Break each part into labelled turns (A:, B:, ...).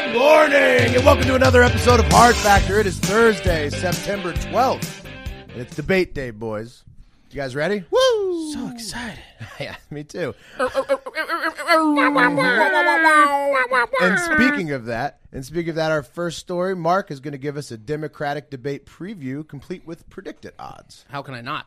A: Good morning, and welcome to another episode of Hard Factor. It is Thursday, September 12th, and it's debate day, boys. You guys ready? Woo! So excited. yeah, me too. and speaking of that, and speaking of that, our first story, Mark is going to give us a Democratic debate preview complete with predicted odds.
B: How can I not?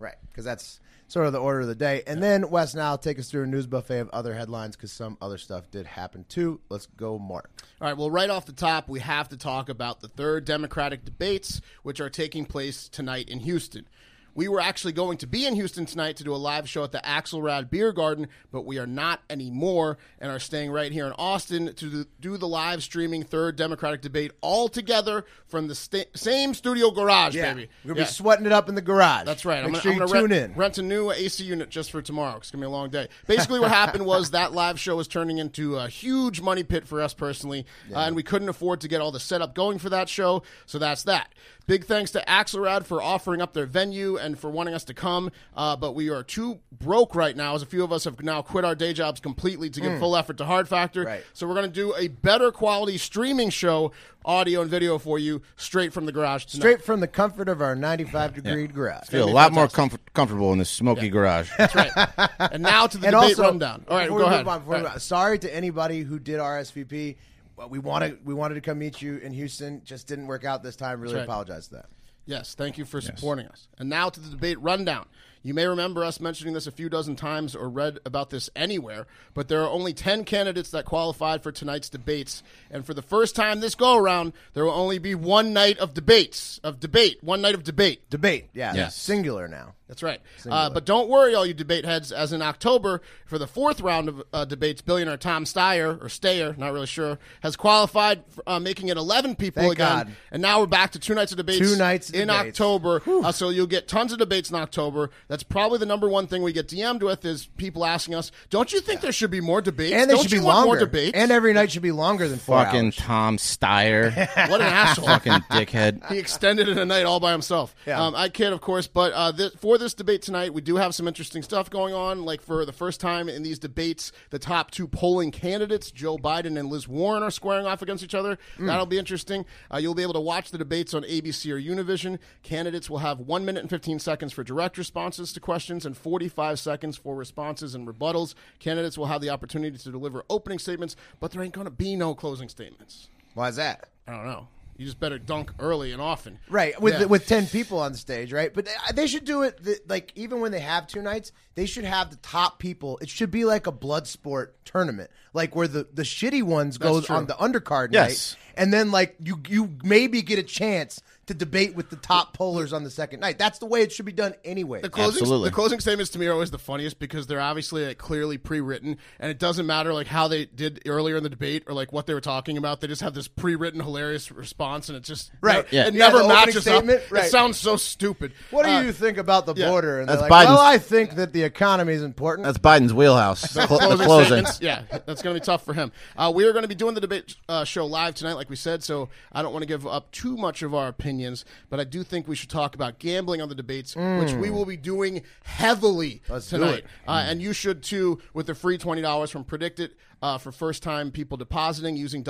A: Right, because that's sort of the order of the day. And then Wes now take us through a news buffet of other headlines because some other stuff did happen too. Let's go, Mark.
B: All right, well, right off the top, we have to talk about the third Democratic debates, which are taking place tonight in Houston. We were actually going to be in Houston tonight to do a live show at the Axelrod Beer Garden, but we are not anymore and are staying right here in Austin to do the live streaming third Democratic debate all together from the sta- same studio garage, baby.
A: We're gonna
B: Yeah.
A: be sweating it up in the garage.
B: That's right.
A: Make
B: I'm gonna,
A: sure
B: I'm
A: you
B: gonna
A: tune
B: rent,
A: in.
B: rent a new AC unit just for tomorrow. It's gonna be a long day. Basically, what happened was that live show was turning into a huge money pit for us personally, uh, and we couldn't afford to get all the setup going for that show. So that's that. Big thanks to Axelrad for offering up their venue and for wanting us to come, uh, but we are too broke right now, as a few of us have now quit our day jobs completely to give full effort to Hard Factor.
A: Mm. Right.
B: So we're gonna do a better quality streaming show, audio and video for you, straight from the garage. Tonight.
A: Straight from the comfort of our 95 degree garage.
C: feel a lot more comfort- comfortable in this smoky garage.
B: That's right. And now to the
A: And
B: debate
A: also,
B: rundown. All right,
A: before
B: go
A: we move
B: ahead.
A: on, before
B: All
A: we
B: right.
A: move on, sorry to anybody who did RSVP. Well, We wanted we wanted to come meet you in Houston. Just didn't work out this time. Really
B: right.
A: apologize for that.
B: Yes, thank you for supporting us. And now to the debate rundown. You may remember us mentioning this a few dozen times or read about this anywhere, but there are only 10 candidates that qualified for tonight's debates. And for the first time this go around, there will only be one night of debates, of debate, one night of debate.
A: Debate, yeah,
C: Yes.
A: singular now.
B: That's right. Uh, but don't worry, all you debate heads, as in October, for the fourth round of uh, debates, billionaire Tom Steyer, or Steyer, not really sure, has qualified, for, uh, making it 11 people
A: Thank
B: again.
A: God.
B: And now we're back to two nights of debates
A: Two nights of
B: in
A: debates.
B: October. Uh, so you'll get tons of debates in October. That's probably the number one thing we get DM'd with is people asking us, don't you think there should be more debates?
A: And they
B: don't
A: should
B: you
A: be longer.
B: want more debates?
A: And every night should be longer than four
C: Fucking
A: hours.
C: Tom Steyer,
B: what an asshole.
C: fucking dickhead.
B: he extended it a night all by himself.
A: Yeah.
B: Um, I kid, of course, but uh, this, for this debate tonight, we do have some interesting stuff going on. Like for the first time in these debates, the top two polling candidates, Joe Biden and Liz Warren, are squaring off against each other. That'll be interesting. Uh, you'll be able to watch the debates on ABC or Univision. Candidates will have one minute and fifteen seconds for direct responses to questions and forty-five seconds for responses and rebuttals. Candidates will have the opportunity to deliver opening statements, but there ain't going to be no closing statements.
A: Why is that?
B: I don't know. You just better dunk early and often.
A: Right, with
B: Yeah.
A: with ten people on stage, right? But they- they should do it th- like even when they have two nights, they should have the top people. It should be like a blood sport tournament, like where the the shitty ones goes
B: true.
A: on the undercard
C: Yes.
A: night, and then like you you maybe get a chance to debate with the top pollers on the second night. That's the way it should be done anyway.
B: the closing
C: Absolutely.
B: the closing statements to me are always the funniest because they're obviously like clearly pre-written and it doesn't matter like how they did earlier in the debate or like what they were talking about. They just have this pre-written hilarious response and it just
A: Right.
B: it,
A: Yeah.
B: it
A: Yeah,
B: never
A: the opening
B: matches up.
A: statement, right.
B: It sounds so stupid.
A: What do
B: Uh,
A: you think about the
B: yeah.
A: border? And
C: That's
A: they're like,
C: Biden's-
A: well, I think that the economy is important.
C: That's Biden's wheelhouse. The, clo- the
B: closing
C: closing.
B: statements. Yeah, that's going to be tough for him. Uh, we are going to be doing the debate uh, show live tonight, like we said, so I don't want to give up too much of our opinions, but I do think we should talk about gambling on the debates, which we will be doing heavily
A: Mm. do
B: tonight.
A: it.
B: Uh, and you should too with the free $20 from Predict It uh, for first time people depositing using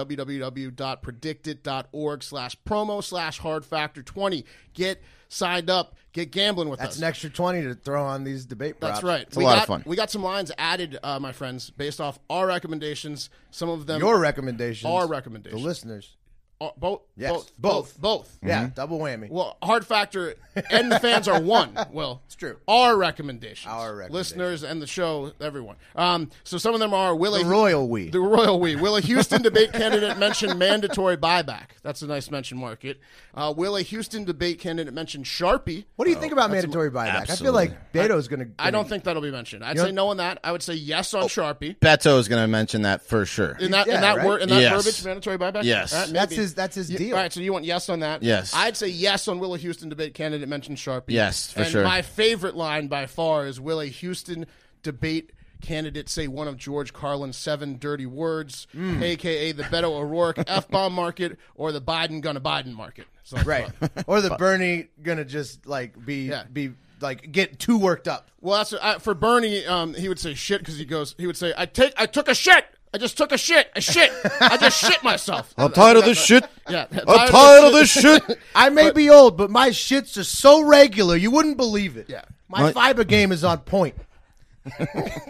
B: www.predictit.org slash promo slash hard factor 20. Get signed up, get gambling with us.
A: That's an extra twenty to throw on these debate.
B: That's
A: props.
B: right.
C: a lot
B: got,
C: of fun.
B: We got some lines added, uh, my friends, based off our recommendations. Some of them
A: Your recommendations,
B: Our recommendations.
A: the listeners.
B: uh, both,
A: Yes.
B: both,
A: Both.
B: both, both. Mm-hmm.
C: Mm-hmm.
A: Yeah, double whammy.
B: Well, hard factor and the fans are one. Well, it's
A: true.
B: Our recommendations,
A: Our recommendations.
B: listeners and the show, everyone. Um, so some of them are will
A: the
B: a
A: royal we.
B: the royal we will a Houston debate candidate mention mandatory buyback? That's a nice mention market. Uh, will a Houston debate candidate mention Sharpie?
A: what do you think about mandatory buyback? I feel like Beto's going to.
B: I don't think that'll be mentioned. I'd
A: You
B: say
A: know- Oh.
B: no on that. I would say yes on Sharpie.
C: Beto is going to mention that for sure.
B: In that,
A: Yeah,
B: in that
A: right?
B: word, in that
C: Yes.
B: verbiage, mandatory buyback.
C: Yes.
B: All right,
A: that's
B: maybe.
A: his. That's his
B: You-
A: deal.
B: All right, so you want yes on that?
C: Yes.
B: I'd say yes on Willie Houston debate candidate mentioned Sharpie.
C: Yes, for
B: and
C: sure.
B: My favorite line by far is Willie Houston debate candidate say one of George Carlin's seven dirty words,
C: Hmm.
B: aka the Beto O'Rourke f bomb market or the Biden gonna Biden market. So, uh,
A: right. or the Bernie going to just like be
B: Yeah.
A: be like get too worked up.
B: Well, that's I, for Bernie. Um, he would say shit because he goes. He would say, "I take. I took a shit. I just took a shit. A shit. I just shit myself.
C: I'm tired of this shit.
B: Yeah,
C: I'm tired of this shit.
A: I may be old, but my shits are so regular you wouldn't believe it.
B: Yeah.
A: My
C: My-
A: fiber game is on point.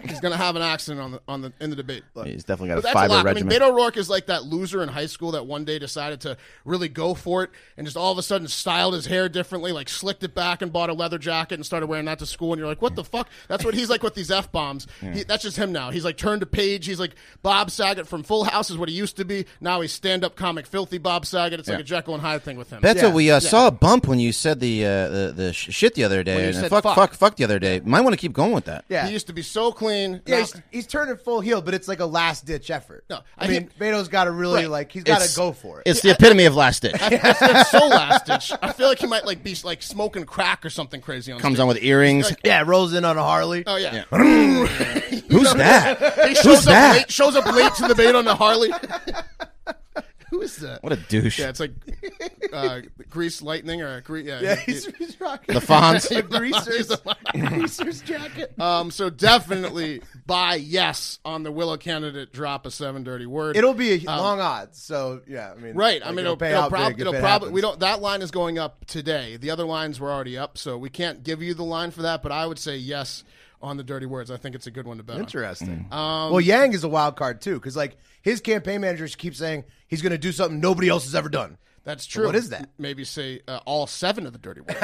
B: He's gonna have an accident on the on the in the debate.
C: He's
B: But
C: definitely got a
B: that's a
C: fiber
B: lot. I mean,
C: regiment.
B: Beto O'Rourke is like that loser in high school that one day decided to really go for it and just all of a sudden styled his hair differently, like slicked it back and bought a leather jacket and started wearing that to school. And you're like, what the fuck? That's what he's like with these f bombs. He That's just him now. He's like turned to page. He's like Bob Saget from Full House is what he used to be. Now he's stand up comic, filthy Bob Saget. It's like
C: Yeah.
B: a Jekyll and Hyde thing with him.
C: Beto,
A: Yeah,
C: we uh, saw a bump when you said the uh, the, the sh- shit the other
B: When you
C: day. And
B: said
C: fuck,
B: fuck.
C: fuck, fuck, the other day. Might want to keep going with that.
A: Yeah.
B: He used to be so clean.
A: Yeah,
B: Now-
A: he's, he's turning full heel, but it's like a last ditch effort.
B: No,
A: I,
B: I
A: mean,
B: hit-
A: Beto's got to really
B: Right.
A: like he's got
C: It's-
A: to go for it.
C: It's the epitome of last ditch.
B: that's, that's so last ditch. I feel like he might like be like smoking crack or something crazy on
C: Comes
B: stage.
C: on with earrings.
A: yeah, rolls in on a Harley.
B: Oh yeah.
C: Who's that?
B: He
C: Who's
B: shows up
C: that?
B: late, shows up late to the debate on the Harley. Who is that?
C: What a douche.
B: yeah, it's like uh, Grease Lightning or Grease. Yeah,
A: Yeah,
B: he-
A: he's,
B: he-
A: he's rocking
C: the Fonz.
A: a greaser's, greaser's jacket.
B: um, so definitely buy yes on the Willow candidate. Drop a seven dirty word.
A: It'll be a long odds. So yeah, I mean,
B: Um, Right.
A: like,
B: I mean, it'll, it'll,
A: out
B: prob-
A: big if
B: it'll
A: it
B: probably we
A: happens.
B: don't. That line is going up today. The other lines were already up, so we can't give you the line for that. But I would say yes on the dirty words. I think it's a good one to bet. on.
A: Interesting.
B: Um,
A: well, Yang is a wild card too, because like his campaign manager keeps saying he's going to do something nobody else has ever done.
B: That's true.
A: what is that?
B: Maybe say uh, all seven of the dirty words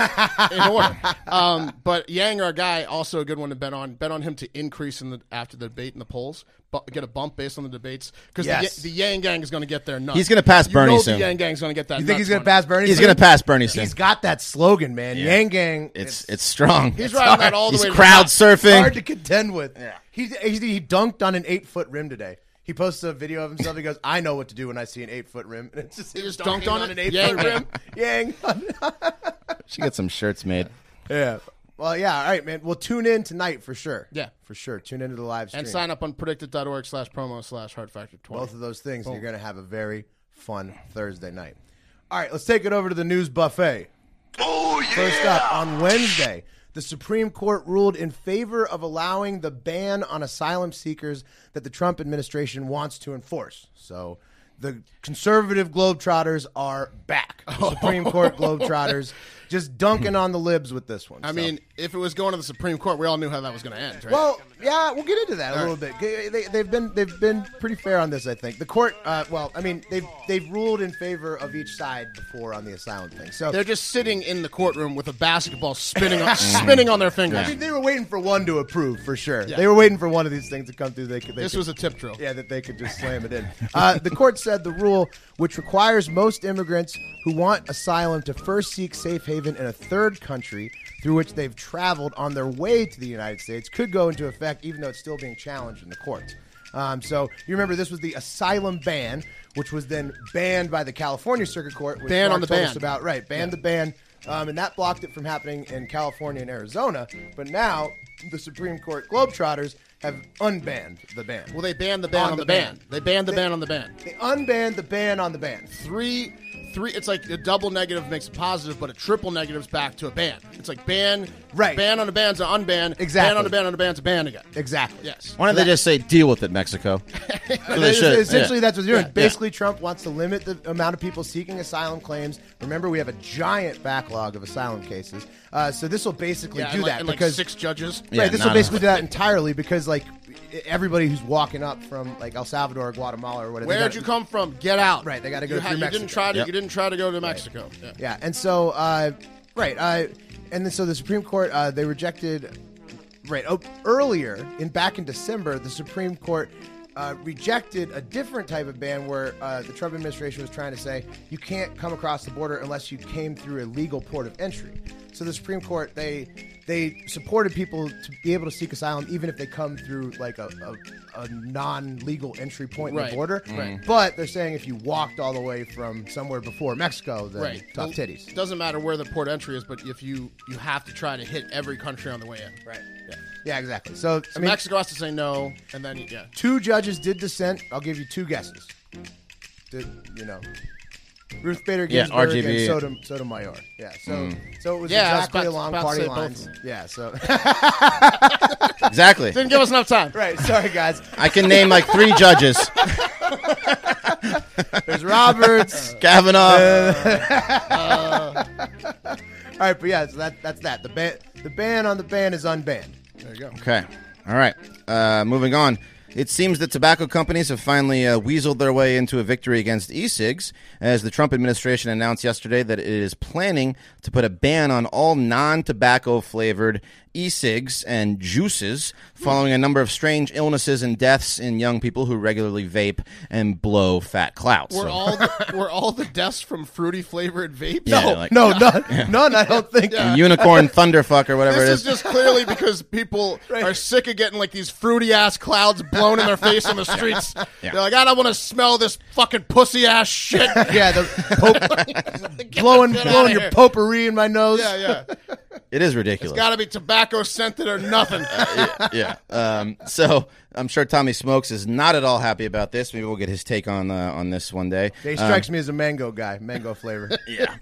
B: in order. Um, but Yang, our guy, also a good one to bet on. Bet on him to increase in the after the debate in the polls, but get a bump based on the debates because
A: Yes.
B: the, Yang Gang is going to get there. Nuts.
C: He's gonna pass
B: You
C: Bernie
B: know
C: soon.
B: The Yang Gang's going to get that.
A: You think
B: nuts
A: he's going
B: one.
A: to pass Bernie?
C: He's
A: soon?
C: going to pass Bernie
A: He's
C: Sanders.
A: got that slogan, man. Yang Gang.
C: It's it's strong.
B: He's
C: It's
B: riding
C: hard.
B: that all the
C: He's
B: way to the
C: crowd
B: top.
C: surfing.
A: hard to contend with. He, he he dunked on an eight foot rim today. He posts a video of himself. He goes, "I know what to do when I see an eight foot rim." And it's just he
B: just dunked on it.
A: an eight
B: Yang.
A: foot rim. Yang.
C: Should get some shirts made.
A: yeah. Well, yeah. All right, man. We'll tune in tonight for sure.
B: Yeah.
A: for sure. Tune into the live stream
B: And sign up on predicted.org slash promo slash hard factor 20.
A: both of those things, and you're going to have a very fun Thursday night. All right, let's take it over to the news buffet.
D: Oh, yeah.
A: First up, on Wednesday, the Supreme Court ruled in favor of allowing the ban on asylum seekers that the Trump administration wants to enforce. So the conservative Globetrotters are back. The Supreme Court Globetrotters just dunking on the libs with this one.
B: I mean, if it was going to the Supreme Court, we all knew how that was going to end, right?
A: Well, yeah, we'll get into that a little bit. They, they, they've been they've been pretty fair on this, I think. The court, uh, well, I mean, they've they've ruled in favor of each side before on the asylum thing. So
B: they're just sitting in the courtroom with a basketball spinning on, spinning on their fingers.
A: I mean, they were waiting for one to approve for sure.
B: Yeah.
A: They were waiting for one of these things to come through. They could. They
B: This
A: could-
B: was a tip drill.
A: yeah, that they could just slam it in. Uh, the court said the rule, which requires most immigrants who want asylum to first seek safe haven in a third country through which they've traveled on their way to the United States, could go into effect, even though it's still being challenged in the courts. Um, so you remember this was the asylum ban, which was then banned by the California Circuit Court. Which
B: Ban on
A: Mark
B: the
A: told
B: ban.
A: us about Uh, right, ban the ban, um, and that blocked it from happening in California and Arizona. But now the Supreme Court Globetrotters have unbanned the ban.
B: Well, they banned the ban on, the, ban. They banned the ban on the ban.
A: They unbanned the ban on the ban.
B: Three, three. It's like a double negative makes a positive, but a triple negative's back to a ban. It's like ban,
A: Right.
B: Ban on a ban's an unban. Ban
A: Exactly.
B: on a ban on a ban's a ban again.
A: Exactly.
B: Yes.
C: Why don't they just say deal with it, Mexico? So they
A: It's-
C: should,
A: Essentially,
C: yeah.
A: that's what they're doing.
B: Yeah,
A: Basically, Trump wants to limit the amount of people seeking asylum claims. Remember, we have a giant backlog of asylum cases. Uh, so this will basically
B: Yeah,
A: do
B: and like,
A: that
B: and
A: because
B: like six judges.
C: Yeah,
A: right, this will
C: not
A: basically do that entirely because like everybody who's walking up from like El Salvador or Guatemala or whatever. they
B: Where'd
A: gotta-
B: you come from? Get out.
A: Right, they gotta go
B: You,
A: through
B: you didn't
A: Mexico.
B: try to.
C: Yep.
B: You didn't try to go to Mexico. Yeah.
A: Yeah, and so uh, right, uh, and then so the Supreme Court uh, they rejected right oh, earlier in back in December the Supreme Court. Uh, rejected a different type of ban where uh, the Trump administration was trying to say you can't come across the border unless you came through a legal port of entry. So the Supreme Court they they supported people to be able to seek asylum even if they come through like a, a, a non-legal entry point in
B: Right.
A: the border. But they're saying if you walked all the way from somewhere before Mexico, then
B: Right.
A: tough
B: Well,
A: titties.
B: It doesn't matter where the port entry is, but if you you have to try to hit every country on the way in.
A: Right. Yeah. exactly. So, I mean,
B: Mexico has to say no, and then yeah.
A: two judges did dissent. I'll give you two guesses. Did, you know, Ruth Bader
C: Yeah,
A: Ginsburg
C: RGB.
A: and Sodom, Sotomayor. Yeah. So,
C: Hmm.
A: so it was
B: Yeah, I was
A: exactly
B: about-
A: along
B: about to
A: party
B: say both
A: lines. Yeah. So,
C: Exactly.
B: Didn't give us enough time.
A: right. Sorry, guys.
C: I can name like three judges:
A: There's Roberts.
C: Kavanaugh.
A: all right, but yeah, so that that's that. The ban, the ban on the ban is unbanned.
B: There you go.
C: Okay. All right. Uh, moving on. It seems that tobacco companies have finally uh, weaseled their way into a victory against e cigs, as the Trump administration announced yesterday that it is planning to put a ban on all non tobacco flavored e cigs and juices, following a number of strange illnesses and deaths in young people who regularly vape and blow fat clouds.
B: Were
C: So-
B: all the, were all the deaths from fruity flavored vape?
C: Yeah, they're like-
A: no, none, none. I don't think.
C: and unicorn thunderfuck or whatever
B: This
C: it
B: is just clearly because people are sick of getting like these fruity ass clouds blown in their face on the streets.
C: Yeah.
B: They're like, I don't want to smell this fucking pussy ass shit.
A: Yeah, the pope,
B: Get
A: blowing
B: the shit
A: blowing
B: outta
A: your
B: here.
A: potpourri in my nose.
B: Yeah, yeah.
C: it is ridiculous.
B: Got to be tobacco scented or nothing.
C: yeah. Um, so I'm sure Tommy Smokes is not at all happy about this. Maybe we'll get his take on uh, on this one day.
A: He strikes me as a mango guy, mango flavor.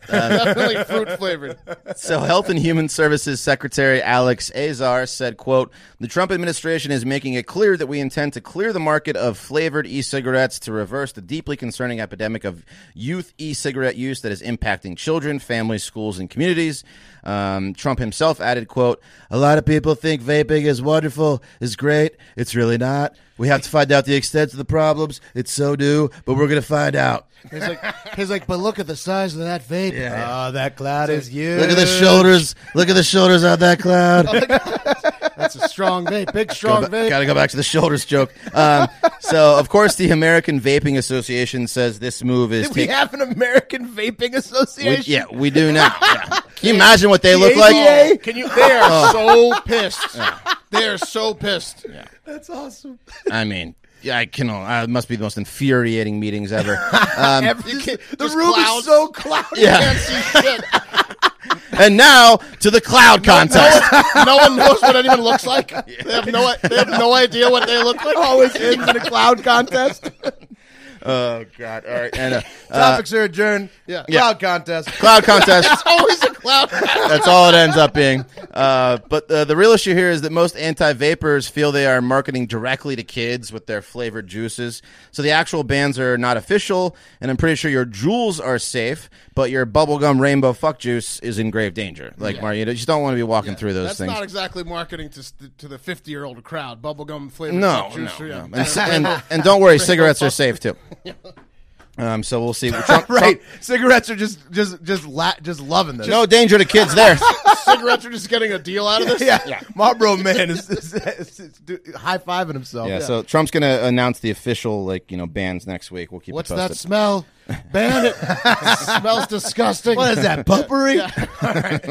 B: Definitely fruit flavored.
C: so health and human services secretary alex azar said quote the trump administration is making it clear that we intend to clear the market of flavored e-cigarettes to reverse the deeply concerning epidemic of youth e-cigarette use that is impacting children families schools and communities um, trump himself added quote a lot of people think vaping is wonderful is great it's really not we have to find out the extent of the problems it's so new but we're going to find out
B: He's like, he's like, but look at the size of that vape.
A: Ah, that cloud is you.
C: look at the shoulders look at the shoulders on that cloud
B: That's a strong vape, big strong
C: Go ba- Gotta go back to the shoulders joke. Um, so, of course, the American Vaping Association says this move is.
A: we
C: ta-
A: have an American Vaping
C: we-
A: Association.
C: yeah, we do now. Yeah. Can you imagine what they
A: The
C: look
A: AVA?
C: like?
B: vape. Can you? They are so pissed. They are so pissed.
A: That's awesome.
C: I mean, yeah, I can. Uh, it must be the most infuriating meetings ever.
A: Every-
B: can't-
A: the
B: just
A: room
B: clouds.
A: is so cloudy.
C: Yeah.
B: Can't see shit.
C: and now to the cloud contest.
B: No one knows what anyone looks like. They have no. They have no idea what they look like.
A: Always ends in a cloud contest.
C: oh God! All right, and uh, uh,
A: Topics are adjourned.
B: Yeah.
A: Cloud contest.
C: cloud contest.
B: Always a cloud.
C: That's all it ends up being. Uh, but uh, the real issue here is that most anti vapors feel they are marketing directly to kids with their flavored juices. So the actual bans are not official, and I'm pretty sure your jewels are safe, but your bubblegum rainbow fuck juice is in grave danger. Like, Mario, you just don't want to be walking through those
B: That's
C: things.
B: not exactly marketing to s- to the fifty year old crowd. Bubblegum flavored
C: no,
B: juice.
C: no,
B: yeah.
C: no. And, c- and, and don't worry, cigarettes are safe too. Um, so we'll see. Trump-
A: Right.
C: Trump-
A: Cigarettes are just just just la- just loving this.
C: no danger to kids there.
B: Cigarettes are just getting a deal out of this.
A: Yeah. Marlboro man is, is, is, is do- high-fiving himself.
C: Yeah, so Trump's going to announce the official, like, you know, bans next week. We'll keep
B: What's
C: you
B: that
C: posted.
B: smell? Ban it. smells disgusting.
A: What is that, potpourri? All, right.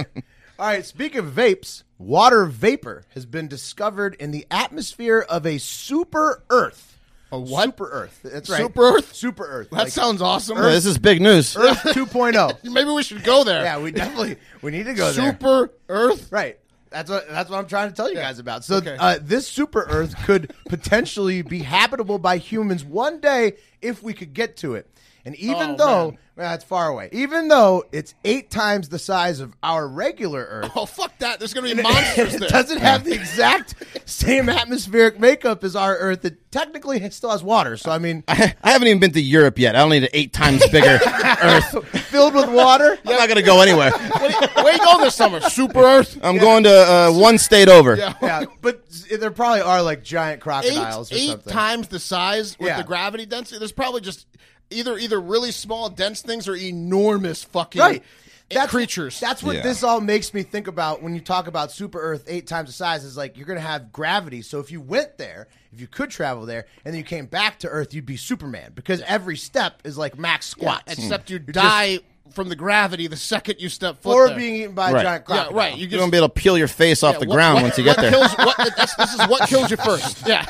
A: All right, speaking of vapes, water vapor has been discovered in the atmosphere of a super Earth. A
B: what?
A: Super Earth. That's right.
B: Super Earth?
A: Super Earth.
B: That sounds awesome.
C: Oh, this is big news.
A: Earth 2.0.
B: Maybe we should go there.
A: yeah, we definitely we need to go there.
B: Super Earth.
A: Right. That's what that's what I'm trying to tell you guys about. So
B: Okay.
A: uh, this super Earth could potentially be habitable by humans one day if we could get to it. And even
B: Oh,
A: though
B: man.
A: that's far away, even though it's eight times the size of our regular Earth,
B: Oh fuck that! There's gonna be monsters there.
A: it doesn't have the exact same atmospheric makeup as our Earth. It technically still has water. So I mean,
C: I haven't even been to Europe yet. I don't need an eight times bigger Earth.
A: filled with water.
C: I'm not gonna go anywhere.
B: Where do you- where you going this summer? Super Earth.
C: I'm going to uh, one state over.
A: Yeah, but s- there probably are like giant crocodiles
B: Eight,
A: or
B: eight
A: something.
B: times the size with
A: Yeah.
B: the gravity density. There's probably just either either really small dense things or enormous fucking
A: right.
B: That's, creatures.
A: That's what
C: Yeah.
A: this all makes me think about when you talk about super Earth eight times the size. Is like you're going to have gravity. So if you went there, if you could travel there, and then you came back to Earth, you'd be Superman because every step is like max
B: yeah,
A: squats.
B: except you die from the gravity the second you step foot.
A: Or
B: there.
A: being eaten by
C: Right.
A: a giant
B: yeah,
A: crocodile.
B: right. You
C: You're
B: just,
C: gonna be able to peel your face off
B: yeah,
C: the
B: what-
C: ground
B: what-
C: once you get
B: what
C: there.
B: Kills, what, that's, this is what kills you first. Yeah.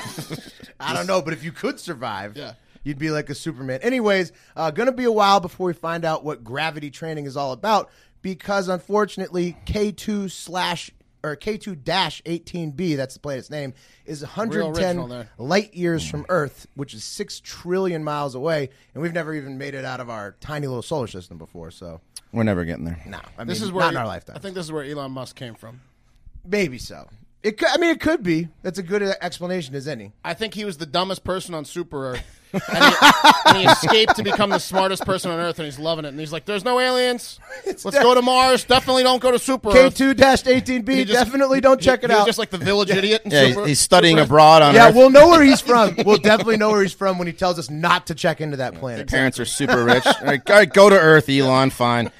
A: I don't know, but if you could survive,
B: Yeah.
A: you'd be like a Superman. Anyways, uh, going to be a while before we find out what gravity training is all about because unfortunately, K2 slash or K2 dash 18b, that's the planet's name, is
B: original
A: 110
B: there.
A: light years from Earth, which is 6 trillion miles away. And we've never even made it out of our tiny little solar system before. So,
C: We're never getting there.
A: no. I mean,
B: This is where
A: not in our lifetime.
B: I think this is where Elon Musk came from.
A: Maybe so. It could, I mean, it could be. That's a good uh, explanation as any.
B: I think he was the dumbest person on Super Earth. And he, and he escaped to become the smartest person on Earth, and he's loving it. And he's like, "There's no aliens. Let's
A: de-
B: go to Mars. Definitely don't go to Super Earth."
A: K2
B: Uh, He
A: 18b,
B: just-
A: definitely don't
B: he-
A: check it
B: he was
A: out.
B: Just like the village idiot. in
C: Yeah, he's,
B: Super-
C: he's studying
B: Super Earth.
C: abroad on
A: Yeah,
C: Earth.
A: we'll know where he's from. We'll definitely know where he's from when he tells us not to check into that planet.
C: Parents are super rich. All right, all right, go to Earth, Elon. Fine.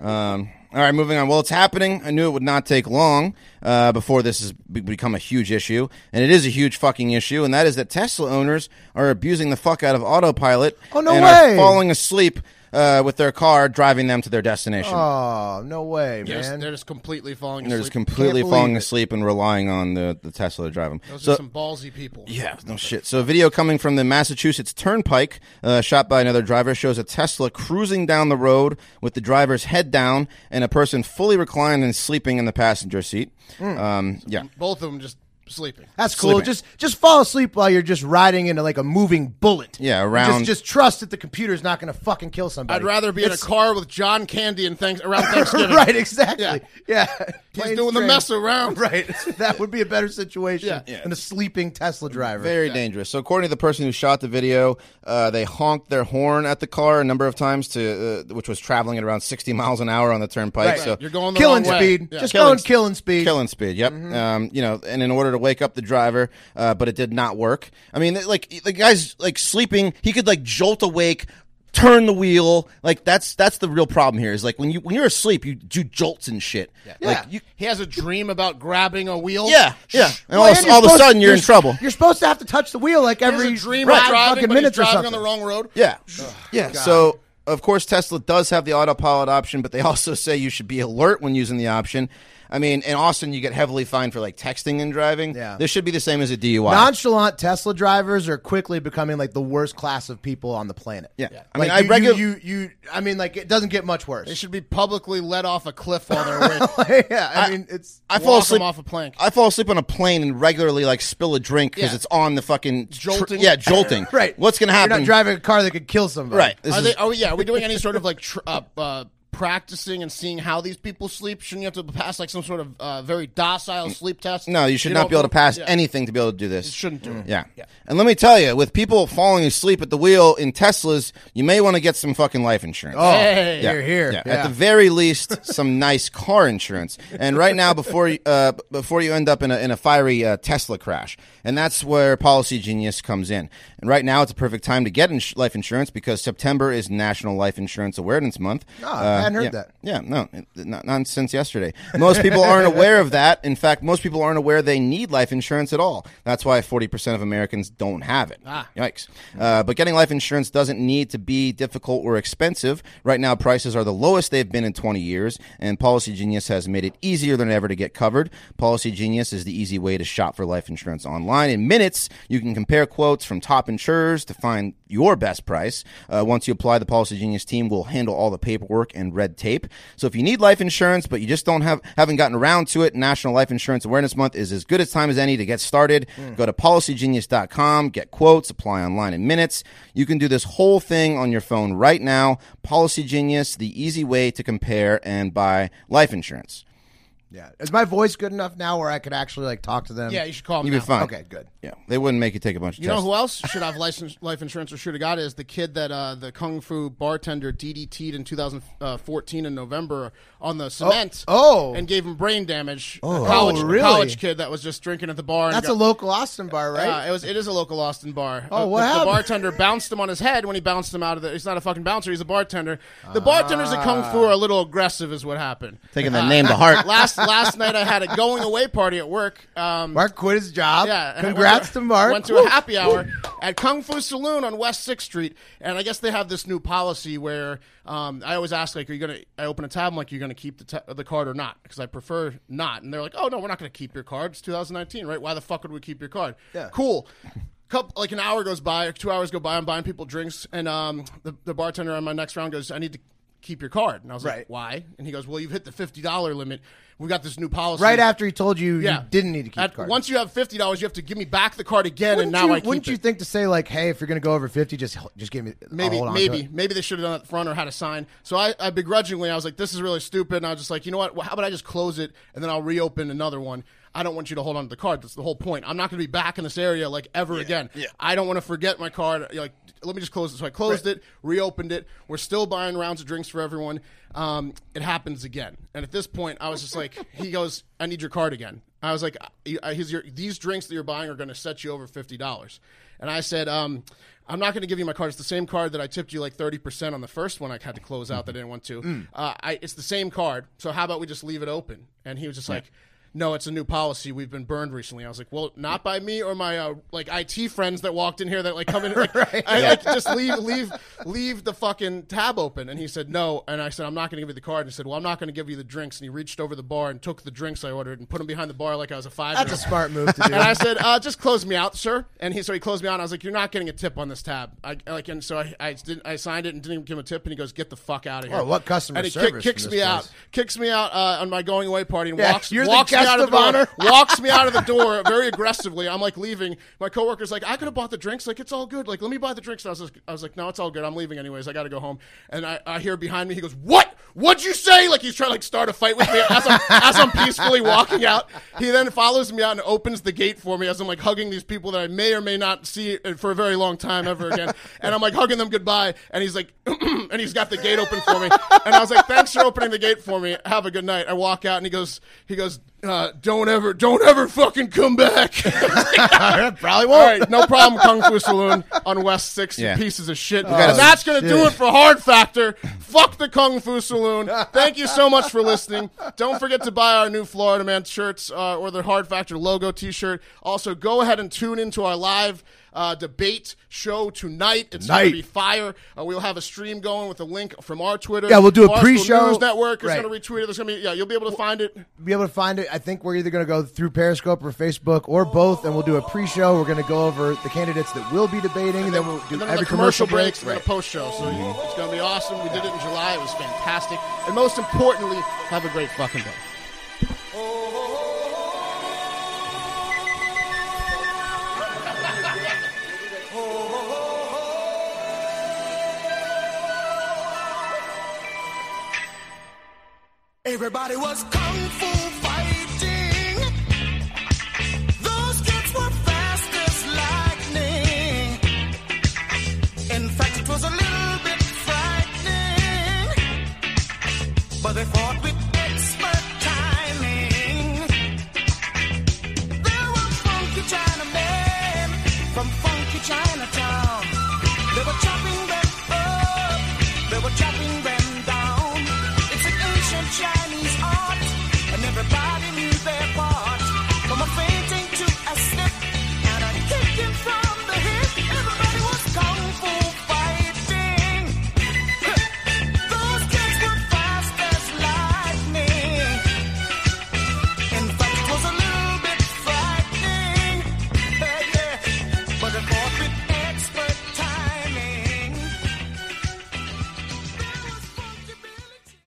C: Um, all right, moving on. Well, it's happening. I knew it would not take long uh, before this has be- become a huge issue, and it is a huge fucking issue. And that is that Tesla owners are abusing the fuck out of autopilot.
A: Oh, no
C: and
A: way.
C: Are falling asleep uh, with their car driving them to their destination.
A: Oh, no way,
B: They're just,
A: man.
B: they're just completely falling
C: They're
B: asleep.
C: just completely
A: Can't
C: falling
A: believe it.
C: asleep and relying on the, the Tesla to drive them.
B: Those
C: So-
B: are some ballsy people.
C: yeah, no shit. So, a video coming from the Massachusetts Turnpike, uh, shot by another driver, shows a Tesla cruising down the road with the driver's head down and a person fully reclined and sleeping in the passenger seat. Um, yeah,
B: Both of them just sleeping.
A: That's cool.
C: sleeping.
A: Just just fall asleep while you're just riding into like a moving bullet.
C: Yeah,
A: Just,
C: around-
A: just trust that the computer's not going to fucking kill somebody.
B: I'd rather be
A: It's-
B: in a car with John Candy and things around Thanksgiving.
A: right, exactly. Yeah,
B: He's
A: Planes,
B: doing the
A: trains-
B: mess around.
A: Right, that would be a better situation
B: Yeah.
A: than a sleeping Tesla driver.
C: very dangerous. So, according to the person who shot the video, uh, they honked their horn at the car a number of times, to uh, which was traveling at around 60 miles an hour on the turnpike.
A: Right.
C: So,
B: You're going the
A: killing
B: wrong way.
A: speed.
B: Yeah.
A: Just
C: Killing
A: going
C: sp-
A: killing speed.
C: Killing speed. Yep.
A: Mm-hmm.
C: Um, you know, and in order to wake up the driver, uh, but it did not work. I mean, like the guy's like sleeping. He could like jolt awake, turn the wheel. Like that's that's the real problem here. Is like when you when you're asleep, you do jolts and shit. Like
A: Yeah. Oh,
C: you.
B: He has a dream about grabbing a wheel.
C: Yeah. Yeah. And
A: Well,
C: all,
A: and
C: all of a
A: supposed-
C: sudden, you're, in
A: s-
C: trouble.
A: You're supposed to have to touch the wheel like
B: He
A: every
B: has a dream
A: five
B: of driving,
A: fucking
B: but he's
A: minutes or
B: driving on
A: something.
B: the wrong road.
C: Yeah. yeah. So, of course, Tesla does have the autopilot option, but they also say you should be alert when using the option. I mean, in Austin, you get heavily fined for like texting and driving.
A: Yeah.
C: This should be the same as a DUI.
A: Nonchalant Tesla drivers are quickly becoming like the worst class of people on the planet.
C: Yeah. Yeah.
A: I mean, I you, you, you, I mean, like it doesn't get much worse.
B: They should be publicly let off a cliff while they're awake.
A: yeah, I, mean, it's
C: I
B: Walk
C: fall
B: 'em
C: asleep
B: off a plank.
C: I fall asleep on a plane and regularly like spill a drink because
B: Yeah.
C: it's on the fucking tr-
B: Jolting.
C: yeah, jolting.
A: right.
C: What's gonna happen?
A: You're not driving a car that could kill somebody.
C: Right. This
B: are
C: is-
B: they? Are we? Yeah. Are we doing any sort of like tr- uh, uh, practicing and seeing how these people sleep? Shouldn't you have to pass like some sort of uh, very docile sleep test?
C: Mm. no, you should not
B: know,
C: be able to pass Mm.
B: yeah,
C: anything to be able to do this.
B: Shouldn't do. it.
C: Yeah. And let me tell you, with people falling asleep at the wheel in Teslas, you may want to get some fucking life insurance.
A: Oh,
B: Hey.
A: here, here.
C: Yeah.
A: Yeah.
C: At the very least, some nice car insurance. And right now, before you- uh, b- before you end up in a, in a fiery uh, Tesla crash, and that's where Policy Genius comes in. And right now, it's a perfect time to get ins- life insurance because September is National Life Insurance Awareness Month. Uh,
A: Ah, I hadn't heard
C: yeah.
A: that.
C: Yeah, no, it- not, not since yesterday. Most people aren't aware of that. In fact, most people aren't aware they need life insurance at all. That's why 40% of Americans don't have it. Ah. Yikes. Uh, but getting life insurance doesn't need to be difficult or expensive. Right now, prices are the lowest they've been in 20 years, and Policy Genius has made it easier than ever to get covered. Policy Genius is the easy way to shop for life insurance online. In minutes, you can compare quotes from top insurers to find your best price. Uh, once you apply, the Policy Genius team will handle all the paperwork and red tape. So if you need life insurance but you just don't have haven't gotten around to it, National Life Insurance Awareness Month is as good a time as any to get started.
B: Hmm.
C: Go to policygenius.com, get quotes, apply online in minutes. You can do this whole thing on your phone right now. Policy Genius, the easy way to compare and buy life insurance.
A: Yeah. Is my voice good enough now where I could actually like talk to them?
B: Yeah, you should call him.
C: You'd be
B: now.
C: fine.
A: Okay, good.
C: Yeah, they wouldn't make you take a bunch of
B: You know
C: tests.
B: who else should have license, life insurance or should have got it is the kid that uh, the kung fu bartender DDT'd in 2014 in November on the cement.
A: oh.
B: and gave him brain damage.
A: Oh.
B: a college,
A: Oh,
B: a
A: really?
B: college kid that was just drinking at the bar. And
A: That's
B: got-
A: a local Austin bar, right?
B: Yeah, it was. It is a local Austin bar.
A: Oh,
B: Uh,
A: what
B: the,
A: happened?
B: The bartender bounced him on his head when he bounced him out of the. He's not a fucking bouncer. He's a bartender.
A: Ah.
B: The bartenders at Kung Fu are a little aggressive, is what happened. Uh,
C: Taking that name to heart.
B: last last night, I had a going away party at work. Um,
A: Mark quit his job.
B: yeah. and I went
A: Congrats to Mark.
B: Went to a happy hour at Kung Fu Saloon on West Sixth Street, and I guess they have this new policy where um, I always ask like, "Are you gonna?" I open a tab, I'm like, "You're gonna keep the ta- the card or not?" Because I prefer not. And they're like, "Oh no, we're not gonna keep your card. It's 2019, right? Why the fuck would we keep your card?"
A: Yeah.
B: Cool. Couple, like an hour goes by, or two hours go by. I'm buying people drinks, and um, the, the bartender on my next round goes, "I need to." Keep your card, and I was
A: Right.
B: like, "Why?" And he goes, "Well, you've hit the fifty dollar limit. We got this new policy
A: right after he told you
B: yeah.
A: you didn't need to keep
B: At-
A: cards.
B: Once you have fifty dollars, you have to give me back the card again,
A: wouldn't
B: and now
A: you,
B: I keep
A: wouldn't you
B: it.
A: think to say like, hey, if you're gonna go over fifty, just just give me I'll
B: maybe,
A: Oh, hold on to
B: maybe,
A: it.
B: maybe they should have done it at the front or had a sign. So I, I begrudgingly, I was like, "This is really stupid." And I was just like, "You know what? Well, how about I just close it and then I'll reopen another one." I don't want you to hold on to the card. That's the whole point. I'm not going to be back in this area like ever again. I don't want to forget my card. Like, let me just close it. So I closed it, reopened it. We're still buying rounds of drinks for everyone. Um, it happens again, and at this point, I was just like, "He goes, I need your card again." I was like, I- I- his, your, these drinks that you're buying are going to set you over $50. And I said, um, I'm not going to give you my card. It's the same card that I tipped you like 30% on the first one I had to close out that I didn't want to.
A: Mm.
B: Uh, I, it's the same card. So how about we just leave it open? And he was just like, no, it's a new policy. We've been burned recently. I was like, well, not by me or my uh, like IT friends that walked in here that like come in. Like, I like just leave, leave, leave the fucking tab open. And he said no. And I said, I'm not going to give you the card. And he said, well, I'm not going to give you the drinks. And he reached over the bar and took the drinks I ordered and put them behind the bar like I was a five.
A: That's a smart move to do.
B: And I said, uh, "Just close me out, sir." And he so he closed me out. And I was like, "You're not getting a tip on this tab." I like, and so I, I didn't. I signed it and didn't even give him a tip. And he goes, "Get the fuck out of here!"
A: Oh, what customer
B: And he
A: service
B: kicks
A: from
B: me
A: this
B: out.
A: place.
B: Kicks me out uh, on my going away party and
A: Yeah,
B: walks
A: you're the
B: walks me
A: guest
B: out of
A: of
B: the
A: honor.
B: door. walks me out of the door very aggressively. I'm like leaving. My coworker's like, "I could have bought the drinks. Like it's all good. Like let me buy the drinks." And I was like, I was like, "No, it's all good. I'm leaving anyways. I got to go home." And I, I hear behind me, he goes, "What?" What'd you say? Like he's trying to like start a fight with me as I'm, as I'm peacefully walking out. He then follows me out and opens the gate for me as I'm like hugging these people that I may or may not see for a very long time ever again. And I'm like hugging them goodbye. And he's like, and he's got the gate open for me. And I was like, thanks for opening the gate for me. Have a good night. I walk out and he goes, he goes, uh, don't ever, don't ever fucking come back.
A: Probably
B: All
A: won't.
B: right, no problem, Kung Fu Saloon on West 6, you
C: Yeah.
B: pieces of shit.
C: gotta-
B: And that's going to do it for Hard Factor. Fuck the Kung Fu Saloon. Thank you so much for listening. Don't forget to buy our new Florida Man shirts uh, or the Hard Factor logo t shirt. Also, go ahead and tune into our live uh, debate show tonight. It's going
A: Night.
B: to be fire. Uh, we'll have a stream going with a link from our Twitter.
A: Yeah, we'll do a
B: Barstool
A: pre-show.
B: News Network is
A: Right.
B: going to retweet it. There's going to be, yeah, you'll be able to find it.
A: be able to find it. I think we're either going to go through Periscope or Facebook or both, and we'll do a pre-show. We're going to go over the candidates that will be debating, and then we'll do
B: and then
A: every
B: the commercial,
A: break. Mm-hmm.
B: breaks and then a post show. So it's going to be awesome. We did it in July. It was fantastic. And most importantly, have a great fucking day.
E: Everybody was kung fu